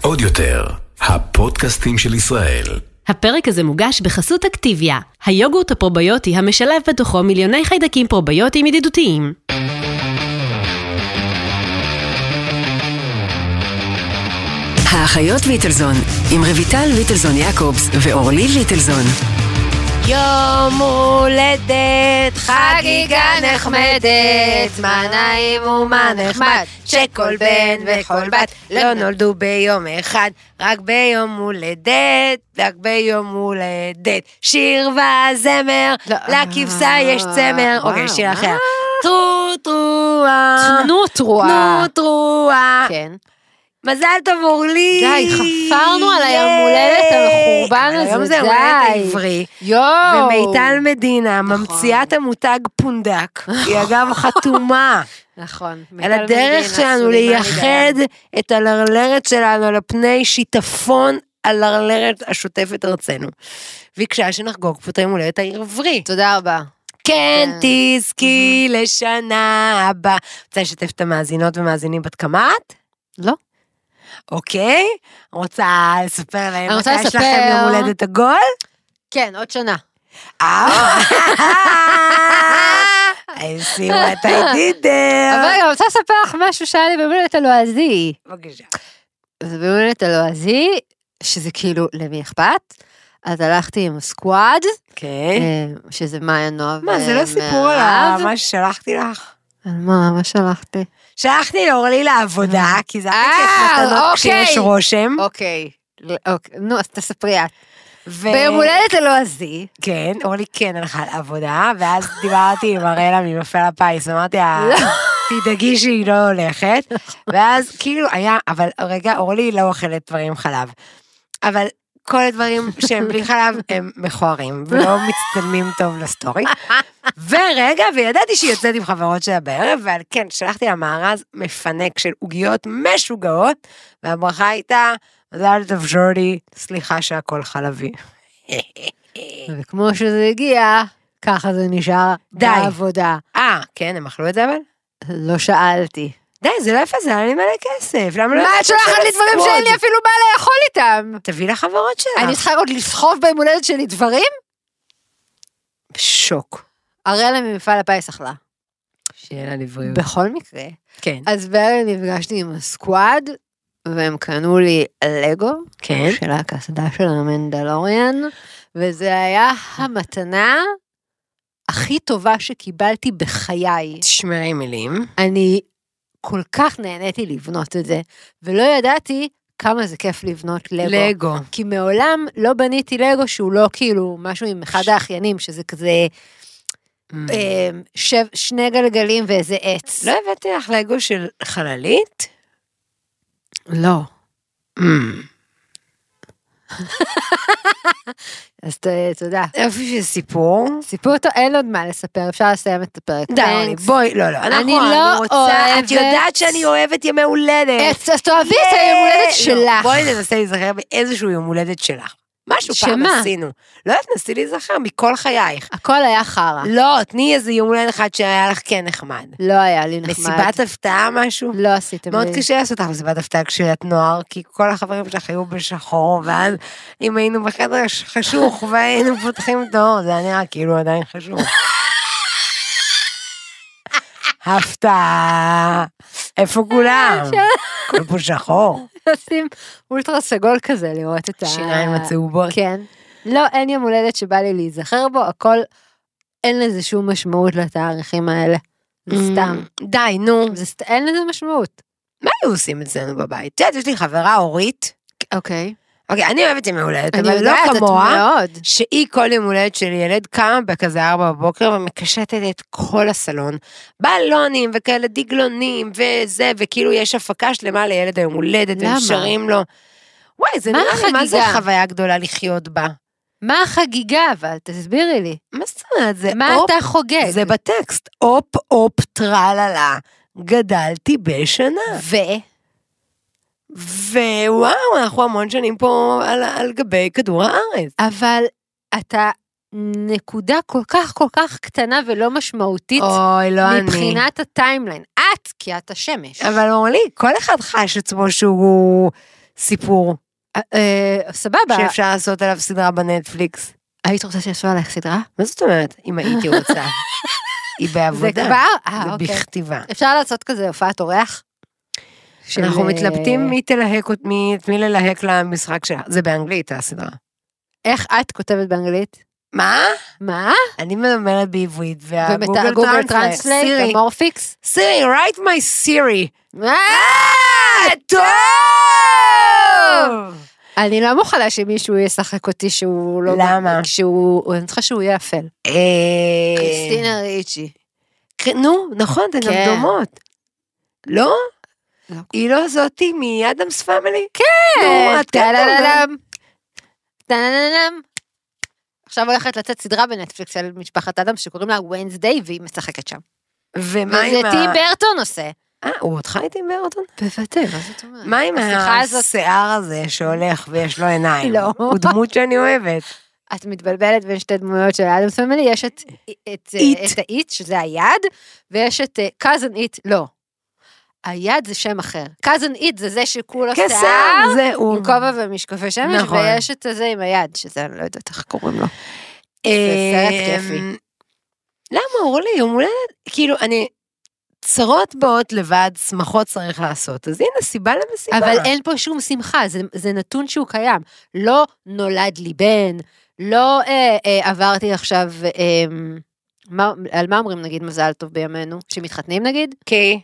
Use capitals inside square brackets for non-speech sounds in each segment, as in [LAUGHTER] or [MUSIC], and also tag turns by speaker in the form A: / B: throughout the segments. A: עוד יותר, הפודקאסטים של ישראל.
B: הפרק הזה מוגש בחסות אקטיביה, היוגורט הפרוביוטי המשלב בתוכו מיליוני חיידקים פרוביוטיים ידידותיים.
C: האחיות ליטלזון, עם רויטל ליטלזון יעקובס ואורלי ליטלזון.
D: יום הולדת, חגיגה נחמדת, מה נעים ומה נחמד, שכל בן וכל בת לא נולדו ביום אחד, רק ביום הולדת, רק ביום הולדת. שיר והזמר,
E: לא.
D: לכבשה יש צמר, אוקיי, שיר
E: אה,
D: אחר. טרו טרועה,
E: תנו תרועה.
D: תנו טרועה.
E: כן.
D: מזל טוב אורלי.
E: די, חפרנו על היום
D: ייי.
E: הולדת, על החורבן
D: על
E: הזה,
D: היום זה
E: די.
D: יום הולדת העברי.
E: יואו.
D: ומיטל מדינה, ממציאת המותג פונדק, היא אגב חתומה
E: נכון. מיטל
D: על הדרך
E: מדינה,
D: שלנו
E: סולימני
D: לייחד את הלרלרת שלנו על פני שיטפון הלרלרת השוטפת ארצנו. ביקשה שנחגוג פה את היום הולדת העברי.
E: תודה רבה.
D: כן תזכי לשנה הבאה. רוצה לשתף את המאזינות והמאזינים בת כמה את?
E: לא.
D: אוקיי, רוצה לספר להם
E: אני רוצה
D: מתי יש
E: לספר-
D: לכם יום הולדת עגול?
E: כן, עוד שנה.
D: אה,
E: [LAUGHS]
D: I see what I did
E: אבל
D: there.
E: אני רוצה לספר לך משהו שהיה לי ביום הולדת הלועזי.
D: בבקשה.
E: זה ביום הולדת הלועזי, שזה כאילו, למי אכפת? אז הלכתי עם הסקוואד,
D: כן.
E: אה, שזה מאיה נועה
D: מה, זה לא
E: ומרב.
D: סיפור על מה ששלחתי לך?
E: אה, על מה, מה שלחתי?
D: שלחתי לאורלי לעבודה, כי זה היה כיף
E: אה,
D: מתנות כשיש
E: אוקיי.
D: רושם.
E: אוקיי. לא, אוקיי, נו, אז תספרי את.
D: ו-
E: אה. ביום הולדת הלועזי.
D: כן, אורלי כן הלכה לעבודה, ואז דיברתי עם אראלה ממפעל הפיס, אמרתי לה, תדאגי שהיא לא הולכת, ואז כאילו היה, אבל רגע, אורלי לא אוכלת דברים עם חלב, אבל כל הדברים שהם בלי חלב הם מכוערים, ולא מצטלמים טוב לסטורי. ורגע, וידעתי שהיא יוצאת עם חברות שלה בערב, ועל כן, שלחתי לה מארז מפנק של עוגיות משוגעות, והברכה הייתה, מזל טוב שורדי, סליחה שהכל חלבי.
E: וכמו שזה הגיע, ככה זה נשאר
D: די.
E: בעבודה.
D: אה, כן, הם אכלו את זה אבל?
E: לא שאלתי.
D: די, זה לא יפה, זה היה לי מלא כסף. למה לא...
E: מה, את
D: לקחת
E: שולחת לי דברים
D: לסקווד?
E: שאין לי אפילו מה לאכול איתם?
D: תביא לחברות שלך.
E: אני צריכה עוד לסחוב ביום הולדת שלי דברים?
D: בשוק.
E: הראלה ממפעל הפיס אכלה.
D: שיהיה לה לבריאות.
E: בכל מקרה.
D: כן.
E: אז בערב נפגשתי עם הסקוואד, והם קנו לי לגו,
D: כן.
E: של הקסדה של המנדלוריאן, וזה היה המתנה הכי טובה שקיבלתי בחיי.
D: תשמרי מילים.
E: אני כל כך נהניתי לבנות את זה, ולא ידעתי כמה זה כיף לבנות לגו. לג...
D: לגו.
E: כי מעולם לא בניתי לגו שהוא לא כאילו משהו עם אחד האחיינים, שזה כזה אה, שב, שני גלגלים ואיזה עץ.
D: לא הבאתי לך לגו של חללית?
E: לא. אה. אז ת, תודה.
D: יופי של סיפור.
E: סיפור טוב, אין עוד מה לספר, אפשר לסיים את הפרק.
D: די, אורלי,
E: Thanks.
D: בואי, לא, לא. אנחנו-
E: אני לא
D: רוצה- את
E: אוהבת-
D: יודעת שאני אוהבת ימי הולדת.
E: אז- אז תאהבי את היום הולדת
D: לא, בואי
E: שלך.
D: ננסה להיזכר באיזשהו יום הולדת שלך. משהו פעם
E: שמה?
D: עשינו. לא יודעת, נסי להיזכר מכל חייך.
E: הכל היה חרא.
D: לא, תני איזה יום הולדת אחד שהיה לך כן נחמד.
E: לא היה לי נחמד.
D: מסיבת הפתעה משהו?
E: לא עשיתם
D: מאוד
E: לי.
D: קשה לעשות לך מסיבת הפתעה כשאת נוער, כי כל החברים שלך היו בשחור, ואז אם היינו בחדר
E: [LAUGHS]
D: חשוך והיינו פותחים את האור, זה היה נראה כאילו עדיין חשוך. הפתעה, איפה
E: [LAUGHS]
D: כולם? הכל פה שחור.
E: לשים אולטרה סגול כזה, לראות את ה...
D: השיניים הצהובות.
E: כן. לא, אין יום הולדת שבא לי להיזכר בו, הכל, אין לזה שום משמעות לתאריכים האלה. זה
D: Mm.
E: סתם.
D: די, נו.
E: זה סת... אין לזה משמעות.
D: מה היו עושים אצלנו בבית? את יודעת, יש לי חברה אורית.
E: אוקיי.
D: אוקיי, אני אוהבת ימי הולדת,
E: אני
D: אבל לא
E: יודעת, את
D: כמוה.
E: מאוד.
D: שהיא כל יום הולדת של ילד קמה בכזה ארבע בבוקר ומקשטת את כל הסלון. בלונים וכאלה דגלונים וזה, וכאילו יש הפקה שלמה לילד היום הולדת, והם
E: למה?
D: שרים לו. וואי, זה
E: מה
D: נראה לי, מה זה
E: החגיגה?
D: חוויה גדולה לחיות בה?
E: מה החגיגה אבל? תסבירי לי.
D: מה זאת אומרת? זה
E: מה
D: אופ,
E: אתה חוגג?
D: זה בטקסט. הופ, הופ, טרללה. גדלתי בשנה.
E: ו...
D: ווואו, אנחנו המון שנים פה על, על גבי כדור הארץ.
E: אבל אתה נקודה כל כך כל כך קטנה ולא משמעותית
D: אוי, לא אני.
E: מבחינת הטיימליין. את את, כי את השמש.
D: אבל אורלי, כל אחד חש עצמו שהוא סיפור
E: אה, סבבה.
D: שאפשר לעשות עליו סדרה בנטפליקס.
E: היית רוצה שיעשו עלייך סדרה?
D: מה זאת אומרת, אם הייתי רוצה? היא
E: זה
D: בעבודה,
E: כבר? אה,
D: היא
E: אוקיי.
D: בכתיבה.
E: אפשר לעשות כזה הופעת אורח? של- אה,
D: אנחנו מתלבטים מי תלהק, אות- מי- את מי ללהק למשחק שלה. זה באנגלית, הסדרה.
E: איך את כותבת באנגלית?
D: מה?
E: מה?
D: אני מדברת בעברית,
E: אה,
D: והגוגל
E: ומגוגל
D: טרנסלייט,
E: טרנסלייט,
D: סירי,
E: המורפיקס?
D: סירי, write my סירי.
E: אה,
D: טוב!
E: אני לא מוכנה שמישהו ישחק אותי שהוא לא...
D: למה?
E: כשהוא... אני צריכה שהוא יהיה אפל.
D: אה,
E: קריסטינה ריצ'י.
D: כן, נו, נכון, אתן גם
E: כן.
D: דומות. לא?
E: לא.
D: היא לא זאתי מאדמס פאמילי? כן. נו, אתם
E: טה-לה-לה-לם. טה-לה-לה-לם. עכשיו הולכת לצאת סדרה בנטפליקס על משפחת אדם שקוראים לה ונסדיי והיא משחקת שם.
D: ומה
E: וזה
D: עם ה...
E: טים ברטון עושה.
D: אה, הוא אותך איתי בארטון?
E: בוודאי, מה זאת אומרת?
D: מה עם
E: השיחה הזאת?
D: השיער הזה שהולך ויש לו עיניים?
E: לא.
D: הוא דמות שאני אוהבת.
E: את מתבלבלת בין שתי דמויות של אדם פמילי, יש את את- אה,
D: איט.
E: את האיט, שזה היד, ויש את קאזן איט, לא. היד זה שם אחר. קאזן איט זה זה שכולו שיער,
D: קסם, זה הוא.
E: עם כובע ומשקפי שמש,
D: נכון.
E: ויש את הזה עם היד, שזה אני לא יודעת איך קוראים לו.
D: אה,
E: סרט כיפי.
D: למה, אורלי, יום הולדת? כאילו, אני... צרות באות לבד, שמחות צריך לעשות. אז הנה, סיבה למסיבה.
E: אבל אין פה שום שמחה, זה, זה נתון שהוא קיים. לא נולד לי בן, לא אה, אה, עברתי עכשיו, אה, מה, על מה אומרים נגיד מזל טוב בימינו? שמתחתנים נגיד?
D: אוקיי.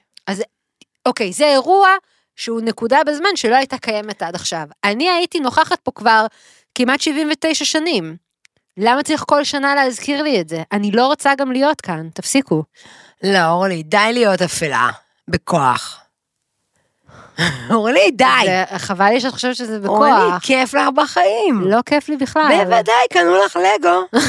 E: אוקיי, זה אירוע שהוא נקודה בזמן שלא הייתה קיימת עד עכשיו. אני הייתי נוכחת פה כבר כמעט 79 שנים. למה צריך כל שנה להזכיר לי את זה? אני לא רוצה גם להיות כאן, תפסיקו.
D: לא, אורלי, די להיות אפלה. בכוח. אורלי, די.
E: זה- חבל לי שאת חושבת שזה
D: אורלי,
E: בכוח.
D: כיף לך בחיים.
E: לא כיף לי בכלל.
D: בוודאי, קנו לך לגו.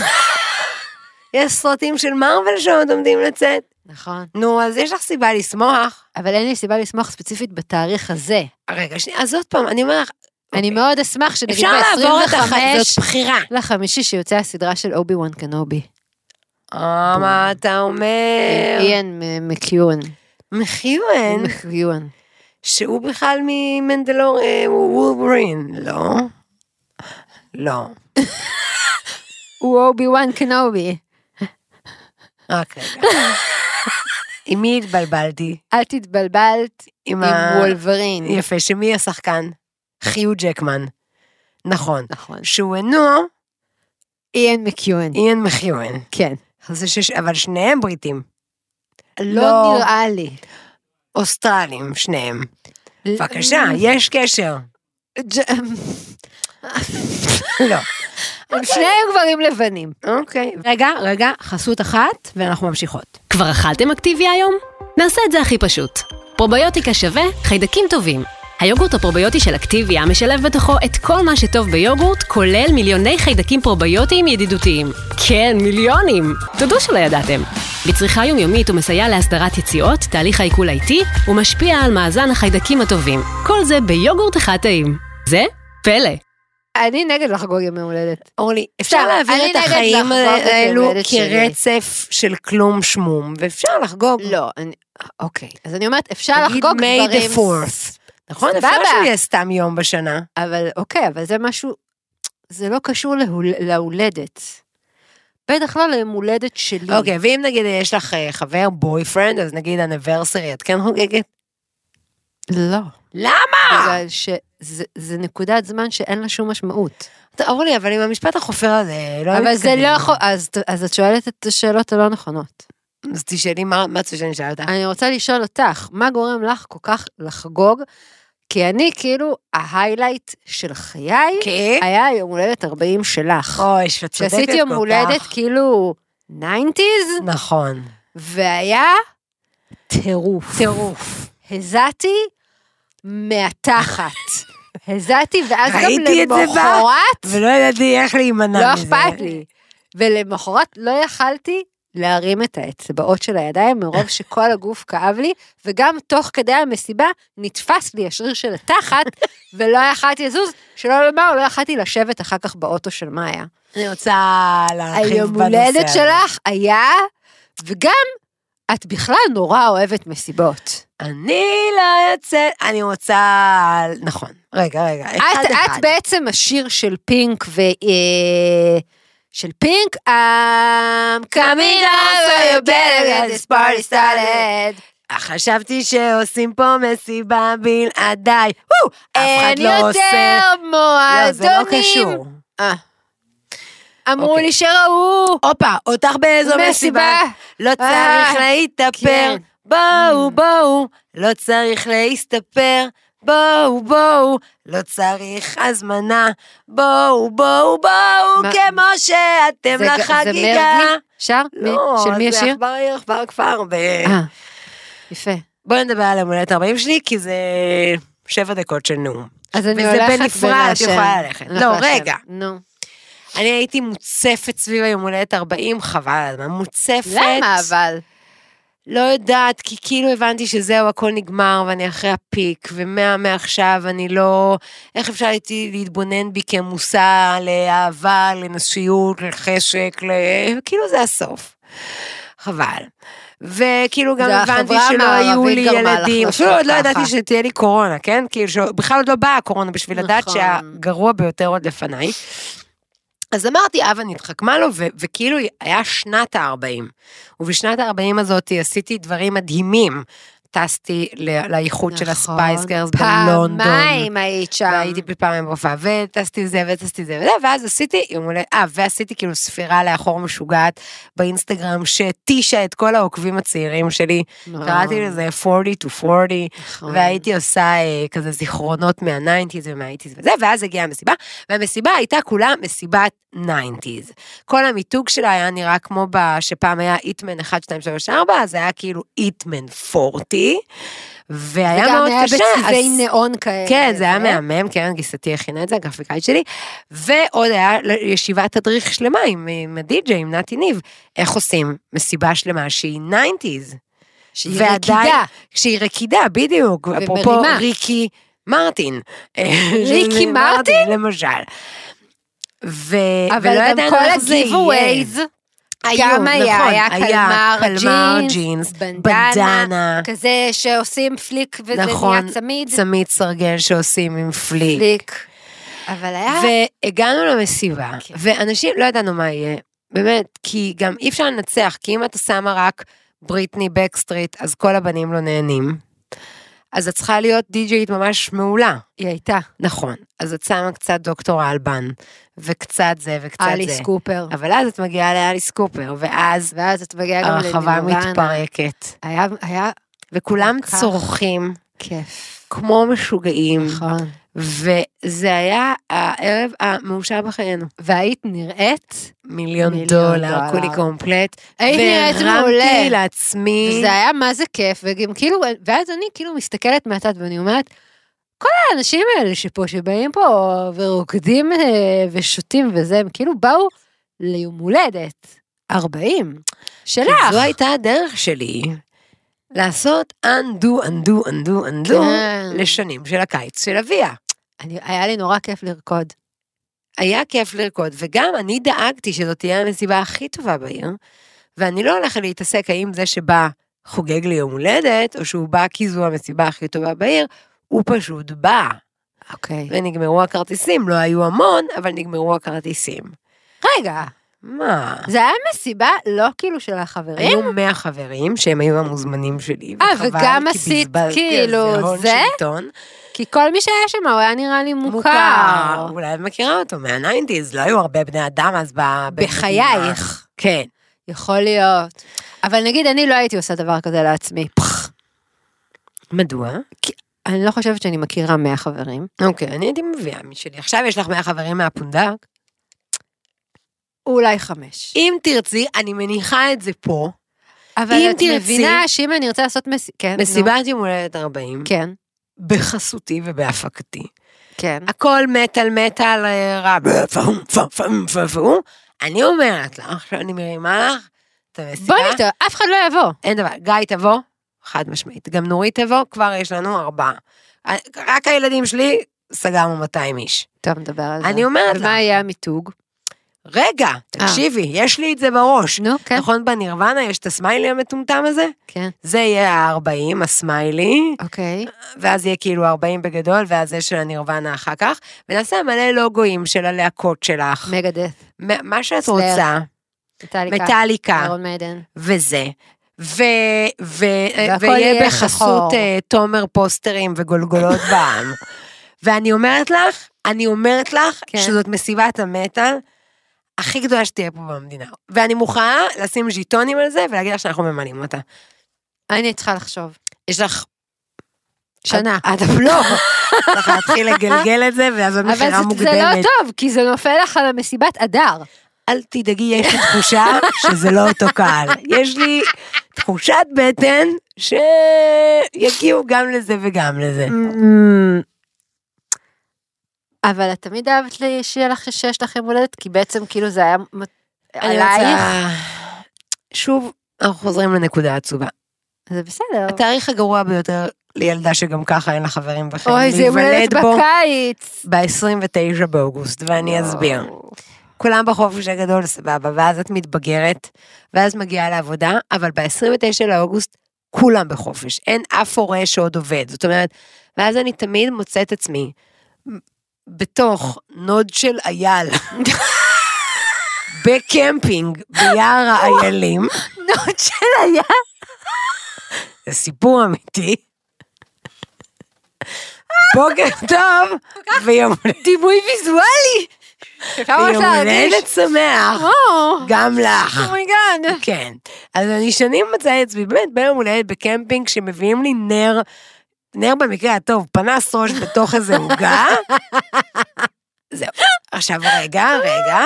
D: יש סרטים של מארוול שעוד עומדים לצאת.
E: נכון.
D: נו, אז יש לך סיבה לשמוח.
E: אבל אין לי סיבה לשמוח ספציפית בתאריך הזה.
D: רגע, שנייה, אז עוד פעם, אני אומר לך,
E: אני מאוד אשמח שנגיד
D: אפשר לעבור את החג, זאת
E: ב-25
D: בחירה.
E: לחמישי שיוצא הסדרה של אובי וואן קנובי.
D: אה, מה אתה אומר?
E: עם איאן מ- מקיואן.
D: מחיואן,
E: מקיואן.
D: שהוא בכלל ממנדלור, אה, הוא וולברין. לא. לא.
E: הוא אובי וואן קנובי.
D: רק רגע. [LAUGHS] עם מי התבלבלתי?
E: אל תתבלבלת
D: עם
E: עם
D: ה-
E: וולברין.
D: יפה, שמי השחקן? חיו ג'קמן. נכון.
E: נכון.
D: שהוא אינו
E: איאן מקיואן.
D: איין מחיואן.
E: כן.
D: אז יש- אבל שניהם בריטים.
E: לא נראה לי.
D: אוסטרלים, שניהם. בבקשה, יש קשר. אה, לא.
E: הם שניהם גברים לבנים.
D: אוקיי. רגע, רגע, חסות אחת, ואנחנו ממשיכות.
B: כבר אכלתם אקטיביה היום? נעשה את זה הכי פשוט. פרוביוטיקה שווה חיידקים טובים. היוגורט הפרוביוטי של אקטיביה משלב בתוכו את כל מה שטוב ביוגורט, כולל מיליוני חיידקים פרוביוטיים ידידותיים. כן, מיליונים! תודו שלא ידעתם. בצריכה יומיומית הוא מסייע להסדרת יציאות, תהליך העיכול האיטי, ומשפיע על מאזן החיידקים הטובים. כל זה ביוגורט אחד טעים. זה פלא.
E: אני נגד לחגוג ימי הולדת.
D: אורלי, אפשר
E: בסדר,
D: להעביר
E: אני
D: את
E: נגד
D: החיים
E: לחגוג את
D: האלו
E: יום הולדת שלי.
D: כרצף של כלום שמום, ואפשר לחגוג.
E: לא, אני- אוקיי. אז אני אומרת, אפשר
D: נגיד
E: לחגוג
D: May
E: דברים...
D: the fourth. נכון, אפשר
E: סבבה.
D: שהוא יהיה סתם יום בשנה.
E: אבל אוקיי, אבל זה משהו... זה לא קשור להול- להולדת. בטח לא ליום הולדת שלי.
D: אוקיי, ואם נגיד יש לך אה, חבר, בויפרנד, אז נגיד אנברסרי, את כן חוגגת?
E: לא.
D: למה?
E: בגלל שזה נקודת זמן שאין לה שום משמעות.
D: טוב, אורלי, אבל עם המשפט החופר הזה, לא
E: אבל זה
D: נתקדם.
E: לא יכול... אז ת- אז את שואלת את השאלות הלא נכונות.
D: אז תשאלי מה מה את רוצה שאני אשאל אותך.
E: אני רוצה לשאול אותך, מה גורם לך כל כך לחגוג? כי אני כאילו, ההיילייט של חיי
D: אוקיי.
E: היה יום הולדת 40 שלך.
D: אוי, שאת צודקת כל כך.
E: שעשיתי יום הולדת כאילו 90's,
D: נכון.
E: [LAUGHS] והיה טירוף. טירוף. הזעתי מהתחת. הזעתי, ואז גם
D: ראיתי את זה בא,
E: למחרת,
D: ולא ידעתי איך להימנע
E: לא
D: מזה.
E: אכפת לי. ולמחרת לא יכלתי להרים את האצבעות של הידיים מרוב שכל הגוף כאב לי, וגם תוך כדי המסיבה נתפס לי השריר של התחת, [LAUGHS] ולא יכלתי לזוז, שלא לומר, לא יכלתי לשבת אחר כך באוטו של מאיה.
D: אני רוצה להרחיב
E: היום
D: בנושא הזה.
E: הולדת שלך היה, וגם את בכלל נורא אוהבת מסיבות.
D: אני לא יוצאת, אני רוצה... נכון. רגע, רגע, אחד
E: את,
D: אחד.
E: את בעצם השיר של פינק ו... אה, של פינק, I'm coming out so you better get this party started.
D: חשבתי שעושים פה מסיבה בלעדיי. וואו, אף אחד
E: אין
D: לא עושה...
E: יותר מועדונים.
D: לא, זה לא קשור.
E: אה. אמרו
D: אוקיי.
E: לי שראו.
D: הופה, אותך באיזו
E: מסיבה.
D: מסיבה. לא צריך
E: אה,
D: להתאפר.
E: כן.
D: בואו, בואו. לא צריך להסתפר. בואו, בואו. לא צריך הזמנה. בואו, בואו, בואו,
E: מה-
D: כמו שאתם לא
E: זה ג- זה
D: לחגיגה.
E: מרגי? שר? מי?
D: לא,
E: של מי
D: זה
E: השיר?
D: עכבר עיר, עכבר כפר. ב-
E: אה, יפה.
D: בואי נדבר על יום הולדת 40 שלי, כי זה שבע דקות של נאום.
E: אז אני
D: וזה
E: הולכת
D: בנפרד, את
E: ולעשן.
D: יכולה ללכת.
E: הולכת
D: לא,
E: לעשן.
D: רגע.
E: כן, נו.
D: אני הייתי מוצפת סביב היום הולדת 40, חבל על הזמן, מוצפת.
E: למה אבל?
D: לא יודעת, כי כאילו הבנתי שזהו, הכל נגמר ואני אחרי הפיק, ומה מעכשיו אני לא... איך אפשר הייתי להתבונן בי כמושא לאהבה, לנשיות, לחשק, ל... כאילו זה הסוף. חבל. וכאילו גם
E: זה
D: הבנתי
E: החברה
D: שלא יהיו לי
E: המערבית גרמה לך
D: ילדים.
E: לחשוב
D: אפילו עוד לא
E: ככה.
D: ידעתי שתהיה לי קורונה, כן? כאילו, שבכלל עוד לא באה הקורונה בשביל לדעת
E: נכון.
D: שהגרוע ביותר עוד לפניי. אז אמרתי, אבא נתחכמה לו, ו- וכאילו היה שנת ה-40. ובשנת ה-40 הזאת עשיתי דברים מדהימים. טסתי ל- לאיחוד של
E: נכון.
D: הספייס גרס בלונדון.
E: פעמיים היית שם.
D: והייתי בפעמיים בהופעה, וטסתי זה וטסתי זה וזה, ואז עשיתי יום הולדת, אה, ועשיתי כאילו ספירה לאחור משוגעת באינסטגרם שהתישה את כל העוקבים הצעירים שלי.
E: נורא.
D: קראתי לזה 40 to 40,
E: נכון.
D: והייתי עושה אה, כזה זיכרונות מהניינטיז ומהאייטיז וזה, ואז הגיעה המסיבה, והמסיבה הייתה כולה מסיבת ניינטיז. כל המיתוג שלה היה נראה כמו ב- שפעם היה איטמן 1, 2, 3, 4, אז זה היה כאילו איטמן 40, והיה
E: וגם
D: מאוד
E: היה
D: קשה.
E: בצבעי
D: אז-
E: ניאון כאלה.
D: כן, זה היה
E: אה?
D: מהמם, קרן גיסתי הכינה את זה, הגרפיקאית שלי, ועוד היה ל- ישיבת תדריך שלמה עם, עם הדי-ג'יי, עם נתי ניב, איך עושים מסיבה שלמה שהיא 90's.
E: שהיא
D: ועדיין-
E: רקידה.
D: שהיא רקידה, בדיוק, אפרופו
E: ומרימה.
D: ריקי
E: [LAUGHS]
D: מרטין.
E: ריקי מרטין?
D: למשל. ו...
E: אבל
D: ולא
E: גם
D: ידענו
E: כל
D: איך זה יהיה.
E: הגיבווייז, גם
D: היו,
E: היה,
D: נכון,
E: היה קלמר ג'ינס, בנדנה,
D: בנדנה,
E: כזה שעושים פליק וזה
D: נכון,
E: נהיה צמיד.
D: צמיד סרגל שעושים עם פליק.
E: פליק. אבל היה...
D: והגענו למסיבה,
E: אה. כן.
D: ואנשים, לא ידענו מה יהיה, באמת, כי גם אי אפשר לנצח, כי אם אתה שמה רק בריטני בקסטריט, אז כל הבנים לא נהנים. אז את צריכה להיות די-ג'יית ממש מעולה.
E: היא הייתה.
D: נכון. אז את שמה קצת דוקטור אלבן, וקצת זה וקצת
E: אליס
D: זה.
E: קופר.
D: אבל אז את מגיעה לאליס קופר, ואז
E: ואז את מגיעה גם
D: הרחבה
E: לנירוונה.
D: מתפרקת,
E: היה, היה
D: וכולם
E: כל כך-
D: צורכים
E: כיף.
D: כמו משוגעים,
E: נכון.
D: וזה היה הערב המאושר בחיינו.
E: והיית נראית,
D: מיליון
E: מיליון
D: דולר,
E: דולר.
D: כולי קומפלט.
E: היית נראית
D: והרמתי
E: מעולה.
D: לעצמי,
E: וזה היה מה זה כיף, וגם כאילו, ואז אני כאילו מסתכלת מהצד ואני אומרת, כל האנשים האלה שפה, שבאים פה ורוקדים אה, ושותים וזה, הם כאילו באו ליום הולדת 40, שלך.
D: כי זו הייתה הדרך שלי לעשות undo, undo, undo, undo,
E: כן.
D: לשנים של הקיץ של אביה.
E: אני, היה לי נורא כיף לרקוד.
D: היה כיף לרקוד, וגם אני דאגתי שזאת תהיה המסיבה הכי טובה בעיר, ואני לא הולכת להתעסק האם זה שבא חוגג לי יום הולדת, או שהוא בא כי זו המסיבה הכי טובה בעיר, הוא פשוט בא.
E: אוקיי.
D: ונגמרו הכרטיסים, לא היו המון, אבל נגמרו הכרטיסים.
E: רגע,
D: מה?
E: זה היה מסיבה לא כאילו של החברים?
D: היו 100 חברים שהם היו המוזמנים שלי.
E: אה,
D: וחבל,
E: וגם
D: כי
E: עשית,
D: בזבזתי על
E: כאילו,
D: הון
E: זה?
D: שלטון.
E: כי כל מי שהיה שם, הוא היה נראה לי מוכר.
D: אולי את מכירה אותו מהניינטיז, לא היו הרבה בני אדם אז ב...
E: בחייך.
D: כן.
E: יכול להיות. אבל נגיד, אני לא הייתי עושה דבר כזה לעצמי. פח.
D: מדוע?
E: אני לא חושבת שאני מכירה 100 חברים.
D: אוקיי, אני הייתי מביאה משלי. עכשיו יש לך 100 חברים מהפונדק.
E: אולי חמש.
D: אם תרצי, אני מניחה את זה פה.
E: אבל
D: אם
E: את
D: תרצי-
E: מבינה שאם אני רוצה לעשות מס... כן, נו.
D: מסיבת יום הולדת 40,
E: כן,
D: בחסותי ובהפקתי.
E: כן.
D: הכל מטאל מטאל אה, רע, פאום פאום פאום פאום פאום. אני אומרת לך, שאני מרימה לך את המסיבה.
E: בואי נפתור, אף אחד לא יבוא.
D: אין דבר, גיא תבוא, חד משמעית. גם נורית תבוא, כבר יש לנו ארבעה. רק הילדים שלי, סגרנו 200 איש.
E: טוב, נדבר על זה.
D: אני אומרת לך.
E: ומה יהיה המיתוג?
D: רגע, תקשיבי, יש לי את זה בראש.
E: אה. נו, כן.
D: נכון, בנירוונה יש את הסמיילי המטומטם הזה?
E: כן.
D: זה יהיה ה-40, הסמיילי,
E: אוקיי.
D: ואז יהיה כאילו 40 בגדול, ואז זה של הנירוונה אחר כך, ונעשה מלא לוגויים של הלהקות שלך.
E: [LAUGHS] מגדף.
D: מ- מה שאת
E: סלאר.
D: רוצה,
E: מטאליקה.
D: מטאליקה,
E: איירון מיידן.
D: וזה. ו... ו... אה,
E: והכל
D: ויהיה
E: יהיה
D: בחסות
E: שחור.
D: אה, תומר פוסטרים
E: [LAUGHS]
D: וגולגולות בעם. ואני אומרת לך, אני אומרת לך,
E: כן.
D: שזאת מסיבת המטאל הכי גדולה שתהיה פה במדינה. ואני מוכנה לשים ז'יטונים על זה ולהגיד לך שאנחנו ממנים אותה.
E: אני צריכה לחשוב.
D: יש לך...
E: שנה.
D: את, את לא. צריך להתחיל לגלגל את זה, ואז עוד
E: אבל
D: מכירה
E: זה-
D: מוקדמת.
E: זה לא טוב, כי זה נופל לך על המסיבת אדר.
D: אל תדאגי, יש לי תחושה שזה לא אותו קהל. יש לי תחושת בטן שיגיעו גם לזה וגם לזה.
E: אבל את תמיד אהבת לי- שיהיה לך שיש לך יום הולדת, כי בעצם כאילו זה היה מ- עלייך.
D: רוצה- שוב, אנחנו חוזרים לנקודה עצובה.
E: זה בסדר.
D: התאריך הגרוע ביותר לילדה שגם ככה אין לה חברים וכן,
E: אוי, זה יום הולדת
D: להיוולד בו
E: בקיץ.
D: ב-29 באוגוסט, ואני אסביר. כולם בחופש הגדול סבבה, ואז את מתבגרת, ואז מגיעה לעבודה, אבל ב-29 לאוגוסט כולם בחופש, אין אף הורה שעוד עובד. זאת אומרת, ואז אני תמיד מוצאת עצמי בתוך נוד של
E: [LAUGHS]
D: אייל, בקמפינג, ביער האיילים,
E: נוד של היה.
D: זה סיפור אמיתי. בוקר טוב,
E: [LAUGHS]
D: ויום
E: דימוי ויזואלי. כמה
D: ויום
E: אפשר להרגיש?
D: הולדת שמח,
E: או, Oh
D: גם לך.
E: אומייגאד.
D: כן. אז אני שנים מצאה את עצמי באמת ביום הולדת בקמפינג שמביאים לי נר, נר במקרה הטוב, פנס ראש בתוך
E: [LAUGHS]
D: איזה עוגה. זהו. עכשיו רגע, רגע.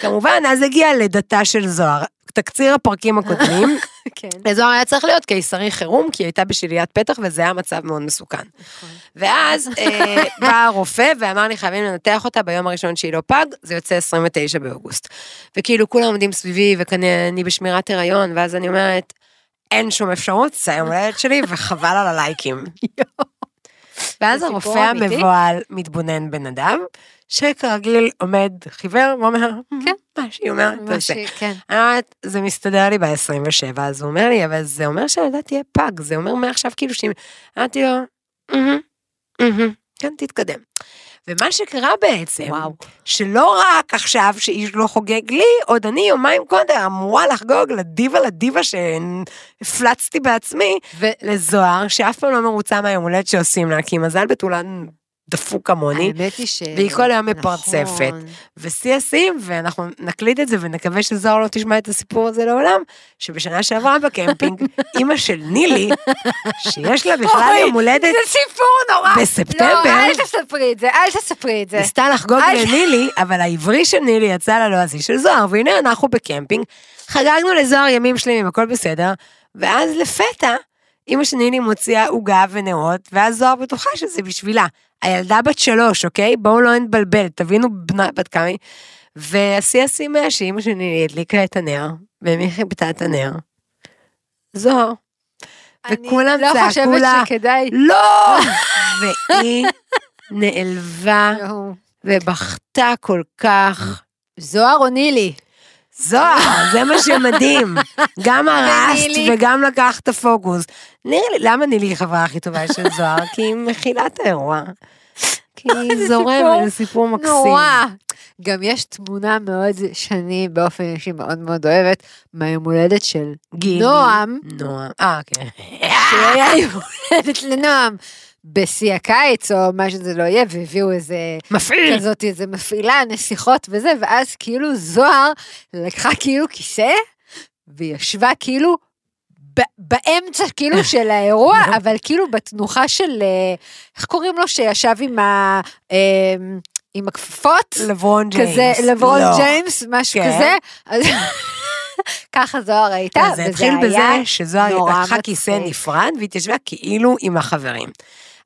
D: כמובן, אז הגיעה לידתה של זוהר. תקציר הפרקים הקודמים,
E: כן.
D: לזוהר היה צריך להיות קיסרי חירום, כי היא הייתה בשליית פתח וזה היה מצב מאוד מסוכן.
E: נכון.
D: ואז אה,
E: [LAUGHS]
D: בא הרופא ואמר לי, חייבים לנתח אותה ביום הראשון שהיא לא פג, זה יוצא 29 באוגוסט. וכאילו כולם עומדים סביבי, וכנראה אני בשמירת הריון, ואז אני אומרת, אין שום אפשרות, זה היום הולדת
E: [LAUGHS]
D: שלי, וחבל על הלייקים. ואז
E: זה סיפור
D: הרופא
E: אמיתי?
D: המבוהל מתבונן בנדב, שכרגיל עומד חיוור ואומר,
E: כן.
D: "מ, מה שהיא אומרת, תעשה.
E: משהו- כן.
D: אני אומרת, זה מסתדר לי ב-27, אז הוא אומר לי, אבל זה אומר שהילדה תהיה פג, זה אומר מעכשיו כאילו שהיא... אמרתי לו, "מהמם, מהמם, כן, תתקדם. ומה שקרה בעצם,
E: וואו.
D: שלא רק עכשיו שאיש לא חוגג לי, עוד אני יומיים קודם אמורה לחגוג לדיבה לדיבה שהפלצתי בעצמי,
E: ו-
D: לזוהר, שאף פעם לא מרוצה מהיום הולדת שעושים לה, כי מזל בתולן דפוק כמוני.
E: האמת היא ש...
D: והיא כל היום
E: נכון.
D: מפרצפת. ושיא השיאים, ואנחנו נקליט את זה ונקווה שזוהר לא תשמע את הסיפור הזה לעולם, שבשנה שעברה בקמפינג,
E: [LAUGHS]
D: אימא של נילי, שיש לה בכלל
E: אוי,
D: יום הולדת,
E: זה סיפור נורא.
D: בספטמבר-
E: לא, אל תספרי את זה, אל תספרי את זה.
D: ניסתה לחגוג
E: אל-
D: לנילי, אבל העברי של נילי יצא ללועזי של זוהר, והנה אנחנו בקמפינג, חגגנו לזוהר ימים שלמים, הכל בסדר, ואז לפתע, אימא של נילי מוציאה עוגה ונרות, ואז זוהר בטוחה שזה בשבילה. הילדה בת שלוש, אוקיי? בואו לא נתבלבל, תבינו בנה- בת כמה היא. והשיא השיאים היה שאימא של נילי הדליקה את הנר, ומי חיבתה את הנר? זוהר. וכולם
E: אני לא
D: צעקו
E: חושבת
D: לה,
E: שכדאי. [LAUGHS]
D: לא! והיא נעלבה. ובכתה כל כך.
E: זוהר או נילי?
D: זוהר, זה מה שמדהים. גם הרסת
E: ונילי.
D: וגם לקחת את הפוקוס. נראה לי, למה נילי היא החברה הכי טובה של זוהר? כי היא מכילה את האירוע. כי היא
E: זה
D: זורמת,
E: סיפור
D: זה סיפור מקסים.
E: נורא. גם יש תמונה מאוד שאני באופן אישי מאוד מאוד אוהבת מהיום הולדת של
D: גילי.
E: נועם.
D: נועם. אה, כן.
E: שהיה יום הולדת לנועם בשיא הקיץ או מה שזה לא יהיה והביאו איזה
D: מפעיל.
E: כזאת איזה מפעילה נסיכות וזה ואז כאילו זוהר לקחה כאילו כיסא וישבה כאילו ב- באמצע
D: [LAUGHS]
E: כאילו של האירוע
D: נכון.
E: אבל כאילו בתנוחה של אה, איך קוראים לו שישב עם ה... אה, עם הכפפות.
D: לברון ג'יימס.
E: כזה, לברון
D: לא.
E: ג'יימס, משהו
D: כן.
E: כזה. אז [LAUGHS] ככה זוהר הייתה,
D: אז זה התחיל בזה שזוהר
E: נורא
D: לקחה
E: מצחיק.
D: כיסא נפרד והתיישבה כאילו עם החברים.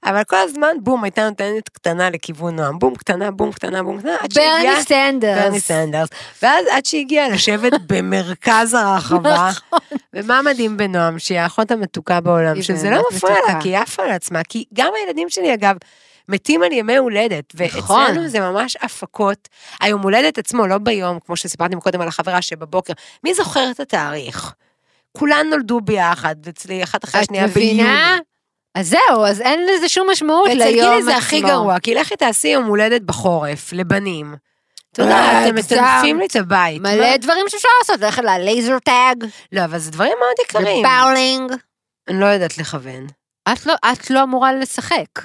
D: אבל כל הזמן בום הייתה נותנת קטנה לכיוון נועם, בום קטנה, בום קטנה, בום קטנה, עד שהגיעה...
E: ברני סנדרס.
D: ברני סנדרס. ואז עד שהגיעה
E: [LAUGHS]
D: לשבת במרכז הרחבה, ומה מדהים בנועם, שהיא האחות המתוקה בעולם,
E: נכון. היא
D: שזה
E: באמת
D: לא מפריע לה,
E: מתוקה.
D: כי היא עפה על עצמה, כי גם הילדים שלי אגב, מתים על ימי הולדת,
E: נכון.
D: ואצלנו זה ממש הפקות. היום הולדת עצמו, לא ביום, כמו שסיפרתי מקודם על החברה שבבוקר, מי זוכר את התאריך? כולן נולדו ביחד, אצלי אחת אחרי
E: את
D: השנייה ביוני.
E: מבינה? אז זהו, אז אין לזה שום משמעות ליום
D: ואצל
E: עצמו.
D: גילי זה הכי גרוע, כי לכי תעשי יום הולדת בחורף, לבנים. אתה יודע,
E: אה,
D: אתם
E: מגזם.
D: מטנפים לי את הבית. מה?
E: מלא דברים שאפשר לעשות, ללכת ללייזר טאג,
D: לא, אבל זה דברים מאוד יקרים.
E: לבאולינג.
D: אני לא יודעת לכוון.
E: את לא, את לא אמורה לשחק.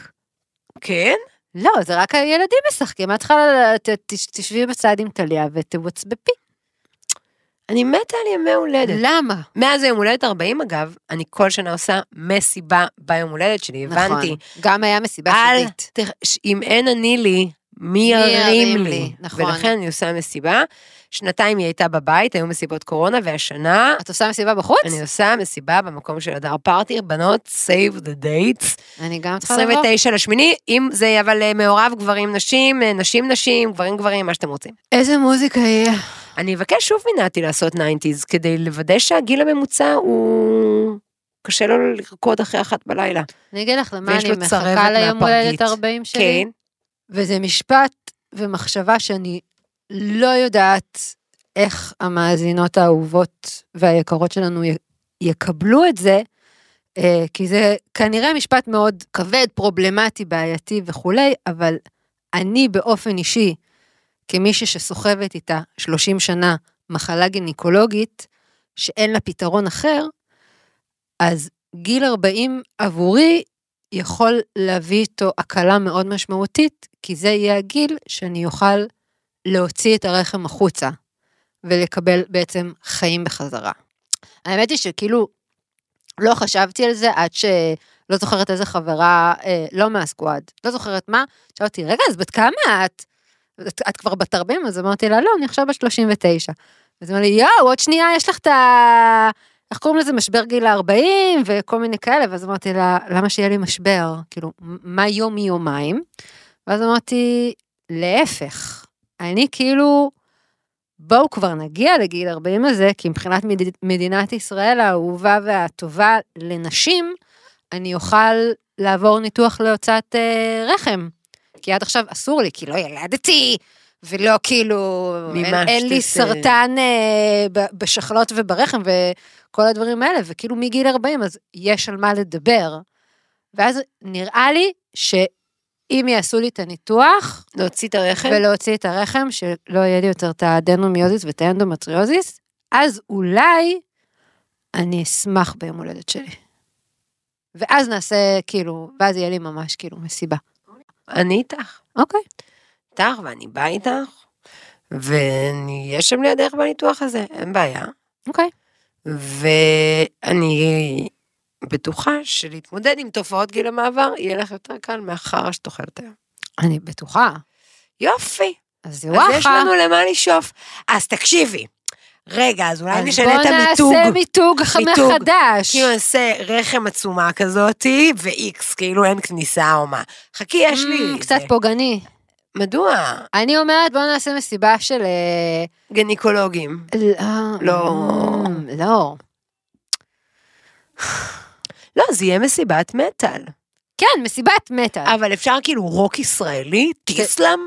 D: כן?
E: לא, זה רק הילדים משחקים. את צריכה, ל- ת- ת- תשבי בצד עם טליה ותווצבפי.
D: אני מתה על ימי הולדת.
E: למה?
D: מאז היום הולדת 40, אגב, אני כל שנה עושה מסיבה ביום הולדת שלי, הבנתי.
E: נכון. גם היה מסיבה
D: אל,
E: שדית.
D: תח- אם אין אני לי, מי ירים לי?
E: נכון.
D: ולכן אני עושה מסיבה. שנתיים היא הייתה בבית, היו מסיבות קורונה, והשנה
E: את עושה מסיבה בחוץ?
D: אני עושה מסיבה במקום של הדר פארטי, בנות, save the dates.
E: אני גם צריכה לבוא.
D: 29 לשמיני, אם זה אבל אה, מעורב גברים נשים, אה, נשים נשים, גברים גברים, מה שאתם רוצים.
E: איזה מוזיקה יהיה?
D: אני אבקש שוב מנתי לעשות 90's, כדי לוודא שהגיל הממוצע הוא... קשה לו לרקוד אחרי אחת בלילה.
E: אני אגיד לך למה
D: ויש
E: אני
D: לו צרבת
E: מחכה ליום הולדת
D: מהפרגית.
E: 40 שלי.
D: כן.
E: וזה משפט ומחשבה שאני לא יודעת איך המאזינות האהובות והיקרות שלנו י- יקבלו את זה, אה, כי זה כנראה משפט מאוד כבד, פרובלמטי, בעייתי וכולי, אבל אני באופן אישי, כמישהי שסוחבת איתה 30 שנה מחלה גינקולוגית, שאין לה פתרון אחר, אז גיל 40 עבורי יכול להביא איתו הקלה מאוד משמעותית, כי זה יהיה הגיל שאני אוכל להוציא את הרחם החוצה ולקבל בעצם חיים בחזרה. האמת היא שכאילו לא חשבתי על זה עד ש... לא זוכרת איזה חברה, אה, לא מהסקואד, לא זוכרת מה, שאלה אותי, רגע, אז בת כמה את? את, את כבר בת 40? אז אמרתי לה, לא, אני עכשיו בת 39. אז אמרה לי, יואו, עוד שנייה יש לך את ה... איך קוראים לזה? משבר גיל ה-40 וכל מיני כאלה, ואז אמרתי לה, למה שיהיה לי משבר? כאילו, מ- מה יום מיומיים? ואז אמרתי, להפך, אני כאילו, בואו כבר נגיע לגיל 40 הזה, כי מבחינת מד... מדינת ישראל האהובה והטובה לנשים, אני אוכל לעבור ניתוח להוצאת אה, רחם. כי עד עכשיו אסור לי, כי לא ילדתי, ולא כאילו, אין,
D: מימשת
E: אין לי
D: את,
E: סרטן אה, ב- בשחלות וברחם וכל הדברים האלה, וכאילו מגיל 40 אז יש על מה לדבר. ואז נראה לי שאם יעשו לי את הניתוח,
D: להוציא את הרחם?
E: ולהוציא את הרחם, שלא יהיה לי יותר את האדנומיוזיס ואת האנדומטריוזיס, אז אולי אני אשמח ביום הולדת שלי. ואז נעשה, כאילו, ואז יהיה לי ממש כאילו מסיבה.
D: אני איתך.
E: אוקיי.
D: איתך, ואני באה איתך, ואני אהיה שם לידך בניתוח הזה, אין בעיה.
E: אוקיי.
D: ואני בטוחה שלהתמודד עם תופעות גיל המעבר, יהיה לך יותר קל מהחרא שאת אוכלת היום.
E: אני בטוחה.
D: יופי.
E: אז
D: אז יש
E: וואחה.
D: לנו למה לשאוף. אז תקשיבי. רגע, אז אולי
E: אז
D: נשנה את
E: בוא
D: המיתוג.
E: נעשה מיתוג
D: מיתוג.
E: מחדש.
D: כאילו נעשה רחם עצומה כזאתי, ואיקס, כאילו אין כניסה או מה. חכי, יש לי...
E: Mm, קצת
D: זה.
E: פוגעני.
D: מדוע?
E: אני אומרת, בוא נעשה מסיבה של... אה,
D: גניקולוגים. לא.
E: אמ, לא.
D: לא, זה יהיה מסיבת מטאל.
E: כן, מסיבת מטא.
D: אבל אפשר כאילו רוק ישראלי? טיסלאם?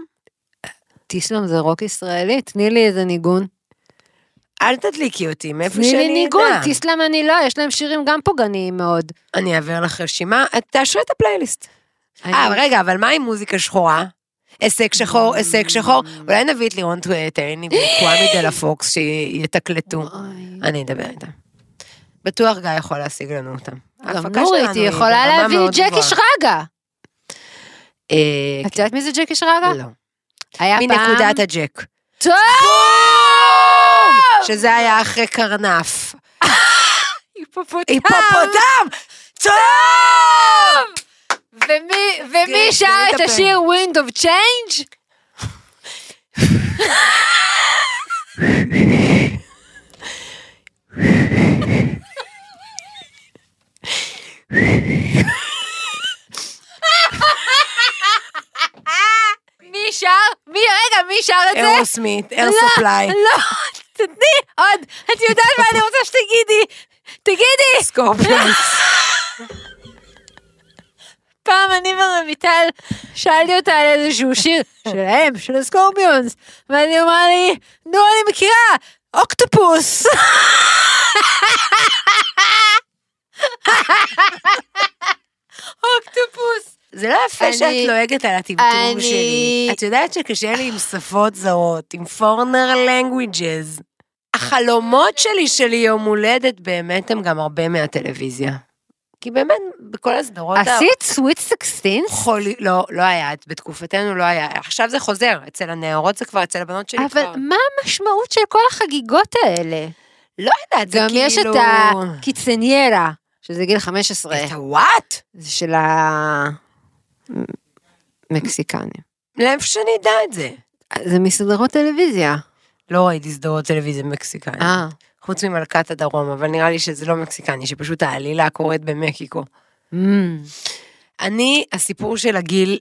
E: טיסלאם זה רוק ישראלי? תני לי איזה ניגון.
D: אל תדליקי אותי, מאיפה
E: תני
D: שאני
E: לי ניגון,
D: אדע.
E: טיסלאם אני לא, יש להם שירים גם פוגעניים מאוד.
D: אני אעביר לך רשימה, את תאשרי את הפלייליסט. אה,
E: אני-
D: רגע, אבל מה עם מוזיקה שחורה? הישג שחור,
E: אה.
D: הישג שחור. אולי נביא את לירון אה, טו- טייני
E: [GASPS]
D: וקוואמי דה לה פוקס שיתקלטו.
E: אה. אוי.
D: אני אדבר איתם. בטוח גיא יכול להשיג לנו אותם.
E: גם
D: ההפקה
E: נורית,
D: שלנו
E: היא יכולה
D: ברמה
E: להביא את
D: מאוד
E: ג'קי
D: גבוהה. אוקיי.
E: שרגא.
D: אה,
E: את יודעת מי זה ג'קי שרגא?
D: לא.
E: היה פעם...
D: מנקודת הג'ק.
E: טוב! אה!
D: שזה היה אחרי קרנף.
E: היפופוטם!
D: היפופוטם! טוב!
E: ומי-
D: תראי,
E: ומי שר
D: תראי
E: את
D: את הפה.
E: השיר Wind of Change? מי שר? מי, רגע, מי שר את זה?
D: אירוסמית, אייר סופליי.
E: לא, תתני עוד. את יודעת מה אני רוצה [LAUGHS] שתגידי. תגידי.
D: סקורפיונס.
E: פעם אני ורויטל, שאלתי אותה על איזשהו שיר שלהם, של הסקורפיונס, ואני אמרה לי, נו, אני מכירה, אוקטופוס. אוקטופוס.
D: זה לא יפה
E: אני-
D: שאת לועגת על הטמטום
E: אני-
D: שלי. את יודעת שקשה לי עם שפות זרות, עם foreigner languages. החלומות שלי של יום הולדת באמת הם גם הרבה מהטלוויזיה. כי באמת, בכל הסדרות... ה-
E: עשית סוויט סקסטינס?
D: חולי, לא, לא היה, בתקופתנו לא היה, עכשיו זה חוזר, אצל הנערות זה כבר, אצל הבנות שלי
E: אבל
D: כבר.
E: מה המשמעות של כל החגיגות האלה?
D: לא יודעת, זה
E: גם
D: כאילו... אה,
E: יש את הקיצניירה, שזה גיל 15,
D: את הוואט?
E: זה של המקסיקנים.
D: לאיפה שאני אדע את זה.
E: זה מסדרות טלוויזיה.
D: לא ראיתי סדרות טלוויזיה מקסיקנית.
E: אה,
D: חוץ ממלכת הדרום, אבל נראה לי שזה לא מקסיקני, שפשוט העלילה קורית במקסיקו.
E: אמ,
D: אני, הסיפור של הגיל,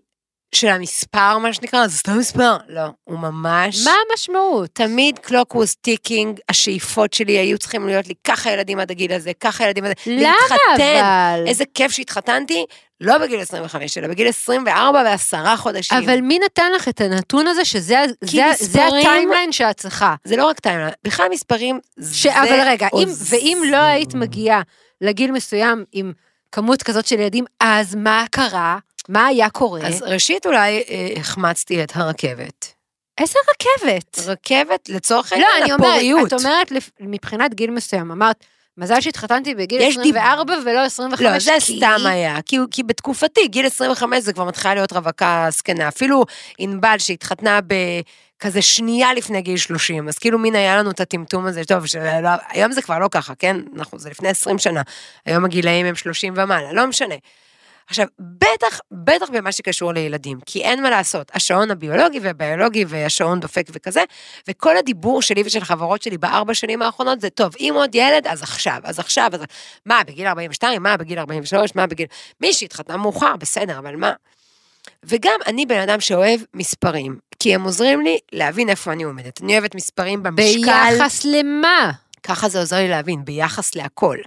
D: של המספר, מה שנקרא, זה סתם מספר. לא, הוא ממש...
E: מה המשמעות?
D: תמיד clock was ticking, השאיפות שלי היו צריכים להיות לי ככה ילדים עד הגיל הזה, ככה ילדים עד...
E: למה
D: להתחתן.
E: אבל?
D: איזה כיף שהתחתנתי, לא בגיל 25, אלא בגיל 24 ועשרה חודשים.
E: אבל מי נתן לך את הנתון הזה שזה
D: כי
E: זה- זה
D: מספרים-
E: הטיימליין שאת צריכה?
D: זה לא רק טיימליין, בכלל מספרים,
E: ש...
D: זה...
E: אבל רגע, אם,
D: עוז-
E: ואם לא היית מגיעה לגיל מסוים עם כמות כזאת של ילדים, אז מה קרה? מה היה קורה?
D: אז ראשית אולי אה, החמצתי את הרכבת.
E: איזה רכבת?
D: רכבת לצורך
E: לא,
D: העניין
E: אני אומרת,
D: הפוריות.
E: את אומרת לפ- מבחינת גיל מסוים, אמרת, מזל שהתחתנתי בגיל
D: יש
E: 24 ולא 25,
D: לא, זה
E: כי-
D: סתם היה, כי, כי בתקופתי, גיל 25 זה כבר מתחילה להיות רווקה זקנה. אפילו ענבל שהתחתנה בכזה שנייה לפני גיל 30, אז כאילו מין היה לנו את הטמטום הזה, טוב, שלא, היום זה כבר לא ככה, כן? אנחנו, זה לפני 20 שנה, היום הגילאים הם 30 ומעלה, לא משנה. עכשיו, בטח, בטח במה שקשור לילדים, כי אין מה לעשות, השעון הביולוגי והביולוגי והשעון דופק וכזה, וכל הדיבור שלי ושל חברות שלי בארבע שנים האחרונות זה, טוב, אם עוד ילד, אז עכשיו, אז עכשיו, אז מה, בגיל 42, מה, בגיל 43, מה, בגיל... מי שהתחתנה מאוחר, בסדר, אבל מה? וגם אני בן אדם שאוהב מספרים, כי הם עוזרים לי להבין איפה אני עומדת. אני אוהבת מספרים במשקל.
E: ביחס למה?
D: ככה זה עוזר לי להבין, ביחס להכל.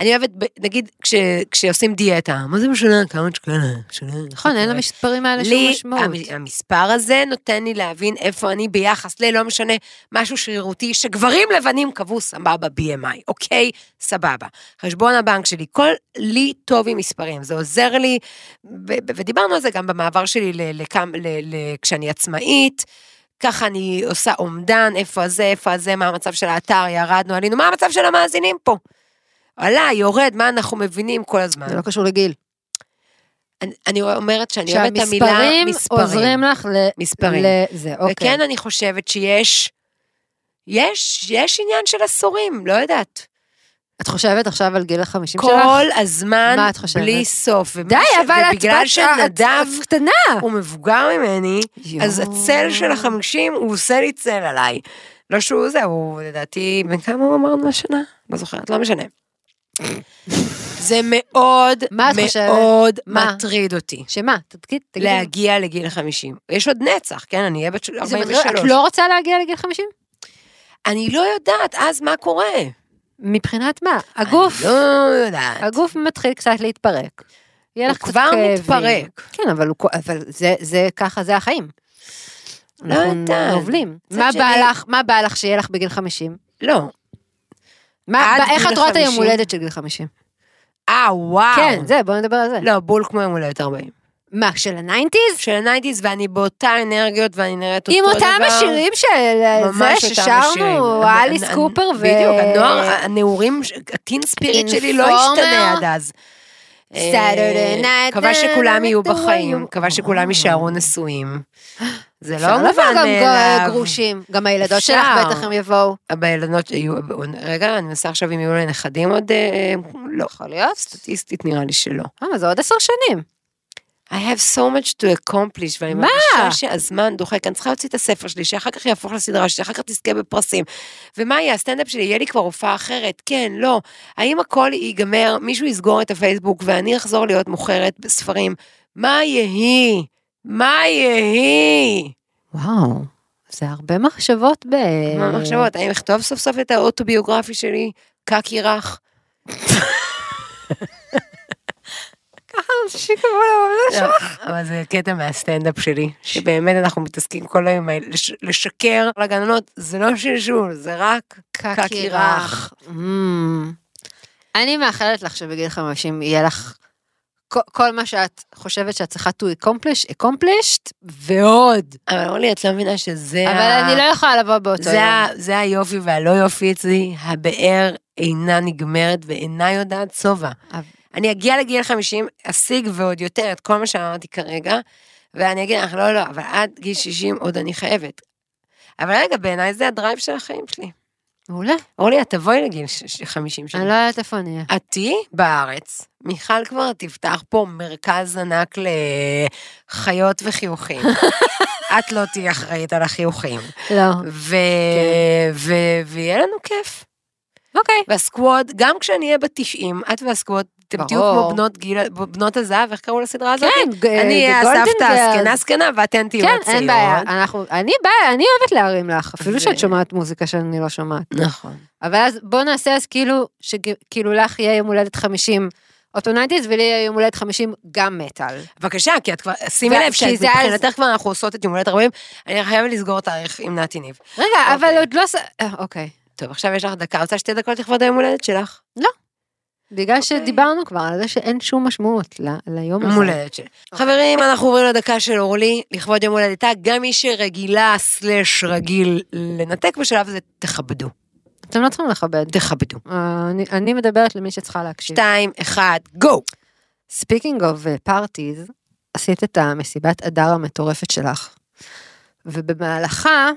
D: אני אוהבת, ב- נגיד, כש, כשעושים דיאטה, מה זה משנה, כמה שקלה, משנה.
E: נכון, אין למספרים האלה שום משמעות.
D: לי, המ- המספר הזה נותן לי להבין איפה אני ביחס ל, לא משנה, משהו שרירותי, שגברים לבנים קבעו סבבה BMI, אוקיי? סבבה. חשבון הבנק שלי, כל, לי טוב עם מספרים, זה עוזר לי, ו- ו- ודיברנו על זה גם במעבר שלי ל- לכם, ל- ל- כשאני עצמאית. ככה אני עושה אומדן, איפה הזה, איפה הזה, מה המצב של האתר, ירדנו, עלינו, מה המצב של המאזינים פה? עלה, יורד, מה אנחנו מבינים כל הזמן.
E: זה לא קשור לגיל.
D: אני, אני אומרת שאני אוהבת את המילה
E: שהמספרים עוזרים לך ל...
D: מספרים.
E: לזה, אוקיי.
D: וכן, אני חושבת שיש, יש, יש עניין של עשורים, לא יודעת.
E: את חושבת עכשיו על גיל החמישים שלך?
D: כל הזמן,
E: מה את חושבת?
D: בלי סוף. ומי
E: די,
D: ש-
E: אבל את
D: ובגלל
E: בת-
D: שנדב
E: את- את קטנה.
D: הוא מבוגר ממני, אז
E: יואו.
D: הצל של החמישים, הוא עושה לי צל עליי. לא שהוא זה, הוא לדעתי, בן כמה הוא אמרנו השנה? לא זוכרת, לא משנה. זה מאוד,
E: מה את חושבת?
D: מאוד
E: מה?
D: מטריד אותי.
E: שמה? תגיד, תגידי.
D: להגיע לגיל 50. יש עוד נצח, כן? אני אהיה בת של
E: זה מטריד-
D: 43.
E: את לא רוצה להגיע לגיל חמישים?
D: אני לא יודעת אז מה קורה.
E: מבחינת מה? הגוף,
D: אני לא יודעת.
E: הגוף מתחיל קצת להתפרק. יהיה
D: הוא
E: לך קצת
D: כבר
E: כאבים.
D: מתפרק.
E: כן, אבל הוא כ- אבל זה- זה ככה, זה החיים.
D: לא
E: אנחנו
D: יודעת.
E: נובלים.
D: מצד
E: מה בא
D: שני-
E: לך- מה בא לך שיהיה לך בגיל חמישים?
D: לא.
E: מה-
D: עד
E: בא- איך
D: גיל
E: את רואה את היום
D: 50?
E: הולדת של גיל חמישים?
D: אה, וואו.
E: כן, זה, בואו נדבר על זה.
D: לא, בול כמו יום הולדת 40.
E: מה, של הניינטיז?
D: של הנייטיז, ואני באותה אנרגיות, ואני נראית אותו
E: עם
D: דבר.
E: אותם השירים של זה
D: ממש אותם השירים.
E: ששרנו, אליס
D: הנ- הנ-
E: קופר ו... אה,
D: בדיוק, הנוער, הנעורים, ש- הטין ספיריט שלי לא
E: Informer.
D: השתנה עד אז. אה,
E: Saturday night,
D: מקווה שכולם יהיו
E: the way you-
D: בחיים, מקווה שכולם יישארו נשואים. זה
E: אפשר
D: לא
E: לבוא
D: מובן
E: גם
D: מאליו.
E: גרושים, גם הילדות שלך
D: אפשר.
E: בטח הם יבואו.
D: הבילדות יהיו, רגע, אני מנסה עכשיו אם יהיו לי נכדים עוד, אה, לא. יכול להיות? סטטיסטית נראה לי שלא.
E: אה, זה עוד עשר שנים.
D: I have so much to accomplish, ואני
E: מה?
D: מרגישה שהזמן דוחק, אני צריכה להוציא את הספר שלי, שאחר כך יהפוך לסדרה שלי, שאחר כך תזכה בפרסים. ומה יהיה הסטנדאפ שלי? יהיה לי כבר הופעה אחרת? כן, לא. האם הכל ייגמר, מישהו יסגור את הפייסבוק ואני אחזור להיות מוכרת בספרים? מה יהי? מה יהי?
E: וואו, זה הרבה מחשבות ב...
D: מה המחשבות? האם אכתוב סוף סוף את האוטוביוגרפי שלי? קקי רך?
E: שיכבו לממלש.
D: אבל זה קטע מהסטנדאפ שלי, שבאמת אנחנו מתעסקים כל היום, עם ה- לש- לשקר לגננות, זה לא שלשול, זה רק קקי רך.
E: אמ. אני מאחלת לך שבגיל 50 יהיה לך כל- כל מה שאת חושבת שאת צריכה to accomplish, accomplished, ועוד.
D: אבל אורלי, את לא מבינה שזה
E: אבל
D: ה-
E: אני לא יכולה לבוא באותו
D: זה,
E: יום.
D: ה, זה היופי והלא יופי אצלי, הבאר אינה נגמרת ואינה יודעת שובע.
E: אבל-
D: אני אגיע לגיל 50, אשיג ועוד יותר את כל מה שאמרתי כרגע, ואני אגיד לך, לא, לא, אבל עד גיל 60 עוד אני חייבת. אבל רגע, בעיניי זה הדרייב של החיים שלי.
E: מעולה.
D: אורלי, את תבואי לגיל ש- ש- 50 שלי.
E: אני לא יודעת איפה אני אהיה.
D: את תהיי בארץ, מיכל כבר תפתח פה מרכז ענק לחיות
E: [LAUGHS]
D: וחיוכים. את לא תהיי אחראית על החיוכים.
E: לא.
D: ו...
E: כן.
D: ו... ויהיה לנו כיף.
E: אוקיי.
D: והסקווד, גם כשאני אהיה בת 90, את והסקווד, אתם תהיו
E: ברור.
D: כמו בנות, גיל... בנות הזהב, איך קראו לסדרה הזאת? אה,
E: כן, ג-
D: אני
E: The
D: אהיה
E: Golden
D: הסבתא
E: Girls.
D: הזקנה זקנה, ואתן תהיו
E: כן,
D: הצעירות.
E: אין בעיה, אנחנו, אני בעיה, אני אוהבת להרים לך, אפילו
D: זה-
E: שאת שומעת מוזיקה שאני לא שומעת.
D: נכון.
E: אבל אז בוא נעשה אז כאילו, שכאילו לך יהיה יום הולדת 50 אוטונטיז ולי יהיה יום הולדת 50 גם מטאל.
D: בבקשה, כי את כבר, שימי
E: ו-
D: לב
E: כי זה
D: שמבחינתך כבר אנחנו עושות את יום הולדת 40, אני חייבת לסגור תאריך עם נתי ניב.
E: רגע, אבל
D: אוקיי.
E: עוד לא... ס- אה, אוקיי.
D: טוב, עכשיו יש לך דקה, רוצה שתי דקות לכבוד היום הולדת שלך?
E: בגלל שדיברנו כבר על זה שאין שום משמעות ל- ליום הזה.
D: יום הולדת שלי. נכון.
E: אוקיי.
D: חברים, אנחנו עוברים לדקה של אורלי, לכבוד יום הולדתה, גם מי שרגילה סלש רגיל לנתק בשלב הזה, תכבדו.
E: אתם לא צריכים לכבד.
D: תכבדו.
E: אה, אני- אני מדברת למי שצריכה להקשיב.
D: שתיים, אחד, גו!
E: ספיקינג אוף פארטיז, אה, עשית את המסיבת אדר המטורפת שלך, ובמהלכה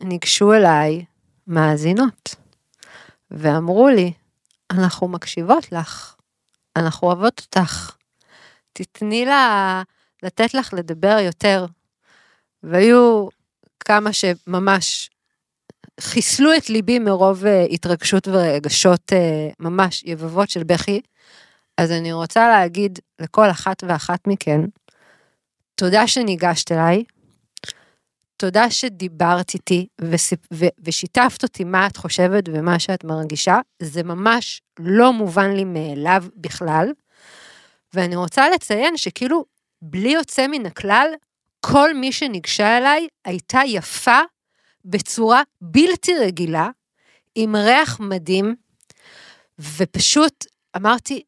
E: ניגשו אליי מאזינות, ואמרו לי, אנחנו מקשיבות לך, אנחנו אוהבות אותך, תתני לה, לתת לך לדבר יותר. והיו כמה שממש חיסלו את ליבי מרוב אה, התרגשות ורגשות אה, ממש יבבות של בכי. אז אני רוצה להגיד לכל אחת ואחת מכן, תודה שניגשת אליי, תודה שדיברת איתי וסיפ- ו- ושיתפת אותי מה את חושבת ומה שאת מרגישה, זה ממש לא מובן לי מאליו בכלל. ואני רוצה לציין שכאילו, בלי יוצא מן הכלל, כל מי שניגשה אליי הייתה יפה בצורה בלתי רגילה, עם ריח מדהים, ופשוט אמרתי,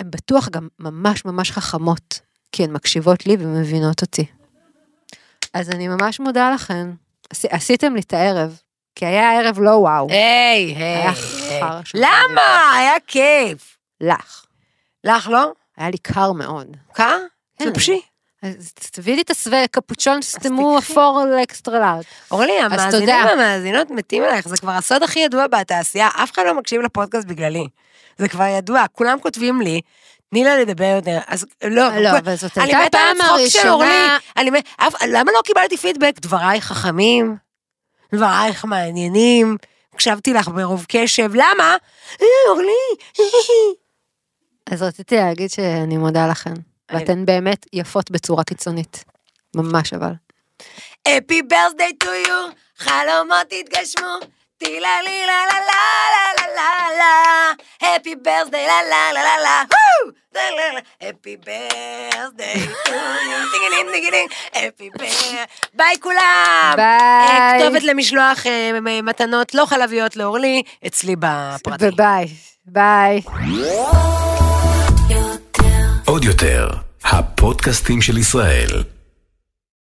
E: הן בטוח גם ממש ממש חכמות, כי הן מקשיבות לי ומבינות אותי. אז אני ממש מודה לכן. עשי- עשיתם לי את הערב, כי היה ערב לא וואו,
D: אה. היי, היי,
E: היה
D: היי.
E: חרא של
D: למה? היה כיף.
E: לך.
D: לך לא?
E: היה לי קר מאוד.
D: קר?
E: כן.
D: תלבשי.
E: אז תביאי לי את הסווה, קפוצ'ון סתמו
D: תקחי.
E: אפור לאקסטרה לארט.
D: אורלי, המאזינים
E: תודה.
D: והמאזינות מתים עלייך, זה כבר הסוד הכי ידוע בתעשייה, אף אחד לא מקשיב לפודקאסט בגללי. זה כבר ידוע, כולם כותבים לי, תני לה לדבר יותר. אז לא,
E: לא,
D: כל-
E: אבל זאת
D: אני
E: הייתה
D: מתה על
E: הפעם
D: הצחוק של אורלי.
E: הראשונה.
D: אני מת- אף- למה לא קיבלתי פידבק? דברייך חכמים, דברייך מעניינים, הקשבתי לך ברוב קשב, למה? אה, אורלי, [LAUGHS]
E: אז רציתי להגיד שאני מודה לכן,
D: אני-
E: ואתן באמת יפות בצורה קיצונית. ממש אבל.
D: Happy birthday to you, חלומות התגשמו, טילה לי לה לה לה לה לה לה לה, Happy birthday לה לה לה לה לה, וואו! לה לה לה. Happy birthday to you, טיגילין טיגילין, Happy birthday, ביי כולם! אה,
E: ביי.
D: כתובת למשלוח אה, מ- מתנות לא חלביות לאורלי, אצלי בפרטי.
E: וביי. ביי.
A: עוד יותר, הפודקאסטים של ישראל.